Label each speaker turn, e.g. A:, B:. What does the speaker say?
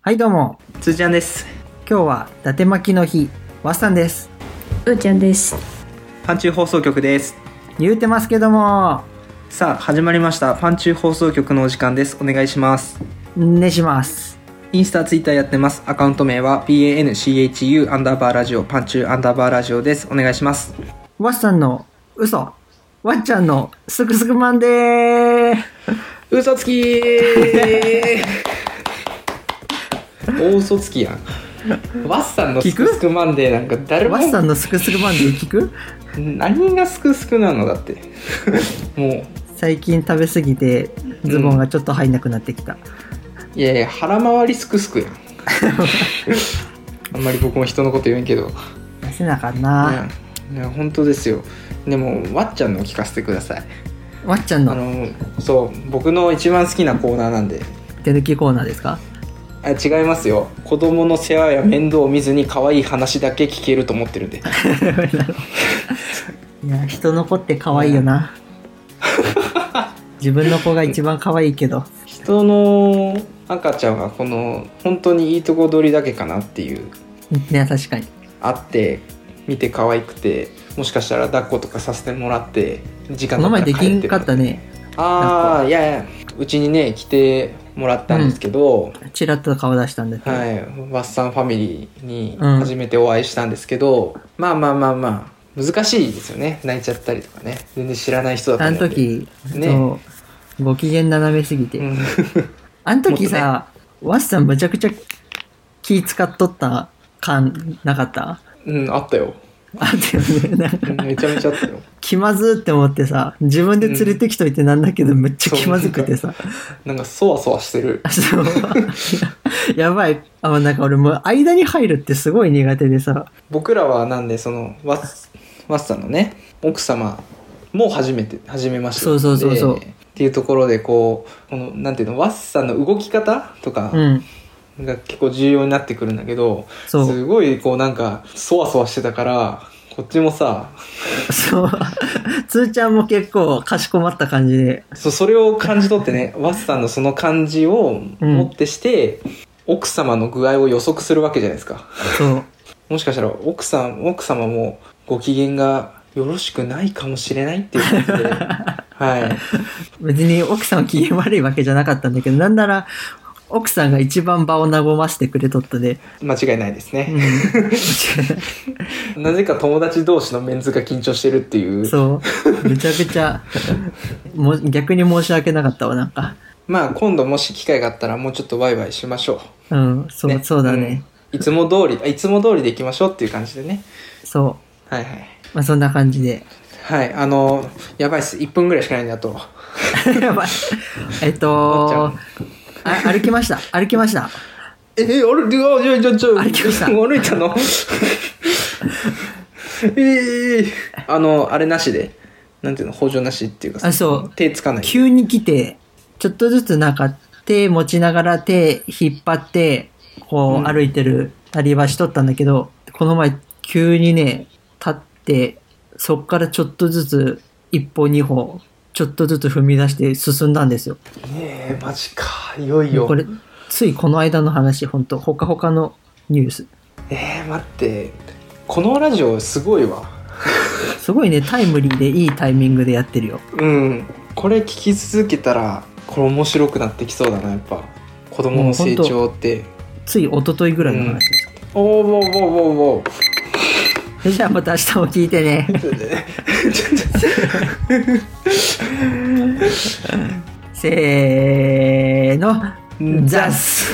A: はいどうも
B: つーちゃんです
A: 今日は伊達巻きの日わっさんです
C: うーちゃんです。
B: パンチュー放送局です
A: 言うてますけども
B: さあ始まりましたパンチュー放送局のお時間ですお願いします
A: ねします
B: インスタツイッターやってますアカウント名は PANCHU アンダーバーラジオパンチューアンダーバーラジオですお願いします
A: わっさんの嘘わっちゃんのすくすくマンデー
B: 嘘つき ー大嘘つきやんワッサンの
A: 聞く
B: くマンデーなんか誰
A: わっさんのすくすくマンデー聞く
B: 何がスクスクなのだって も
A: 最近食べ過ぎてズボンがちょっと入んなくなってきた、
B: ういやいや腹回りスクスクや んあんまり僕も人のこと言えんけど
A: 出せなかんな、
B: いやいや本当ですよでもわっちゃんの聞かせてください
A: わっちゃん
B: あ
A: の
B: のそう僕の一番好きなコーナーなんで
A: 手抜きコーナーです か
B: あ違いますよ子供の世話や面倒を見ずに可愛い話だけ聞けると思ってるんで
A: いや人の子って可愛いよ な自分の子が一番可愛いけど
B: 人の赤ちゃんはこの本当にいいとこ取りだけかなっていう
A: ね確かに
B: あって見て可愛くてもしかしたら抱っことかさせてもらって時間
A: この前できんか
B: か
A: ったね
B: ああいやいやうちにね来てもらったんですけど、
A: チラッと顔出したんだけど、
B: はい、ワッサンファミリーに
A: うん
B: 初めてお会いしたんですけど、まあまあまあまあ難しいですよね泣いちゃったりとかね全然知らない人だった
A: あ
B: ん
A: の
B: で
A: 時、
B: ね
A: そうご機嫌斜めすぎて、
B: うん
A: あの時さ、ワッさんむちゃくちゃ気使っとった感なかった
B: うんあったよ
A: あったよねなん
B: う
A: か
B: んめちゃめちゃあったよ
A: 気まずって思ってさ自分で連れてきといてなんだけど、めっちゃ気まずくてさ
B: なんかそわそわしてる
A: そうやばいあなんか俺もう間に入るってすごい苦手でさ
B: 僕らはなんでそのワッワッサンのね奥様も初めて初めまして
A: そうそうそうそう
B: でっていうところでこうこのなんていうのワッサンの動き方とか
A: うん
B: が結構重要になってくるんだけど、
A: そう
B: すごいこうなんかそわそわしてたからこっちもさ
A: そうつーちゃんも結構かしこまった感じで
B: そうそれを感じ取って ねワッサンのその感じを
A: うん
B: 持ってして、奥様の具合を予測するわけじゃないですか
A: そう
B: もしかしたら奥さん奥様もご機嫌がよろしくないかもしれないっていう 感じではい
A: 別に奥さんは機嫌悪いわけじゃなかったんだけど、なんなら奥さんが一番場を和ませてくれとったで、
B: 間違いないです
A: う
B: ね、
A: ん、
B: なぜか友達同士のメンズが緊張してるっていう
A: そう、めちゃくちゃ、もう逆に申し訳なかったわ、なんか。
B: まあ今度もし機会があったらもうちょっとワイワイしましょう
A: うん、そう、
B: ね
A: そうだね。
B: いつも通りあいつも通りでいきましょうっていう感じでね
A: そう。
B: はいはい
A: まあそんな感じで。
B: はいあのやばいっす1分ぐらいしかないんだと
A: やばい。えっ
B: お
A: と
B: っち、
A: あ歩きました、歩きました。
B: え、え、あれ、あ、じゃ、じゃ、じゃ、
A: 歩きました
B: 歩いたのええあの、あれなしで、なんていうの、補助なしっていうか
A: あそう
B: 手つかない。
A: 急に来て、ちょっとずつなんか手持ちながら手引っ張って、こ
B: うん
A: う歩いてるなりはしとったんだけど、この前急にね、立って、そっからちょっとずつ一歩二歩、ちょっとずつ踏み出して進んだんですよ。
B: ねえ、マジか。いよいよ。
A: これ、ついこの間の話、ほんと、ほかほかのニュース。
B: えー、待って。このラジオすごいわ。
A: すごいね、タイムリーでいいタイミングでやってるよ。
B: うん。これ聞き続けたら、これ面白くなってきそうだな、やっぱ。子供の成長って。
A: つい一昨日ぐらいの話です。
B: おおおーおーおーおー
A: じゃあまた明日も聞いてね。 せーの、
B: ザ
A: ザス